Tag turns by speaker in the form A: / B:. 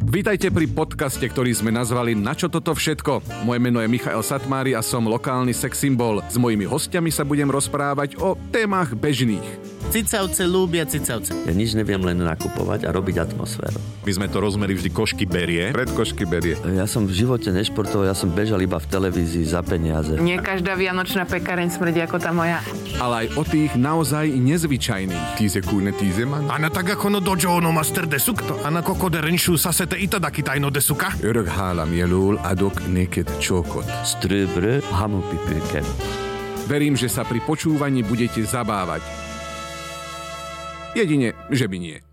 A: Vítajte pri podcaste, ktorý sme nazvali Na čo toto všetko? Moje meno je Michael Satmári a som lokálny sex symbol. S mojimi hostiami sa budem rozprávať o témach bežných.
B: Cicavce ľúbia cicavce.
C: Ja nič neviem len nakupovať a robiť atmosféru.
D: My sme to rozmeri vždy košky berie.
A: Predkošky berie.
C: Ja som v živote nešportoval, ja som bežal iba v televízii za peniaze.
E: Nie každá vianočná pekareň smrdí ako tá moja.
A: Ale aj o tých naozaj nezvyčajných.
F: Ti se kune, ti se man.
G: A na ono dođo ono master desuk, a na koko derenšu sasete i tada kitajno desuka.
F: Örök hálam jelöl adok neked csókot.
C: Ströbr, hamupipőkem.
A: Verím, že sa pri počúvaní budete zabávať. Jedine, že by nie.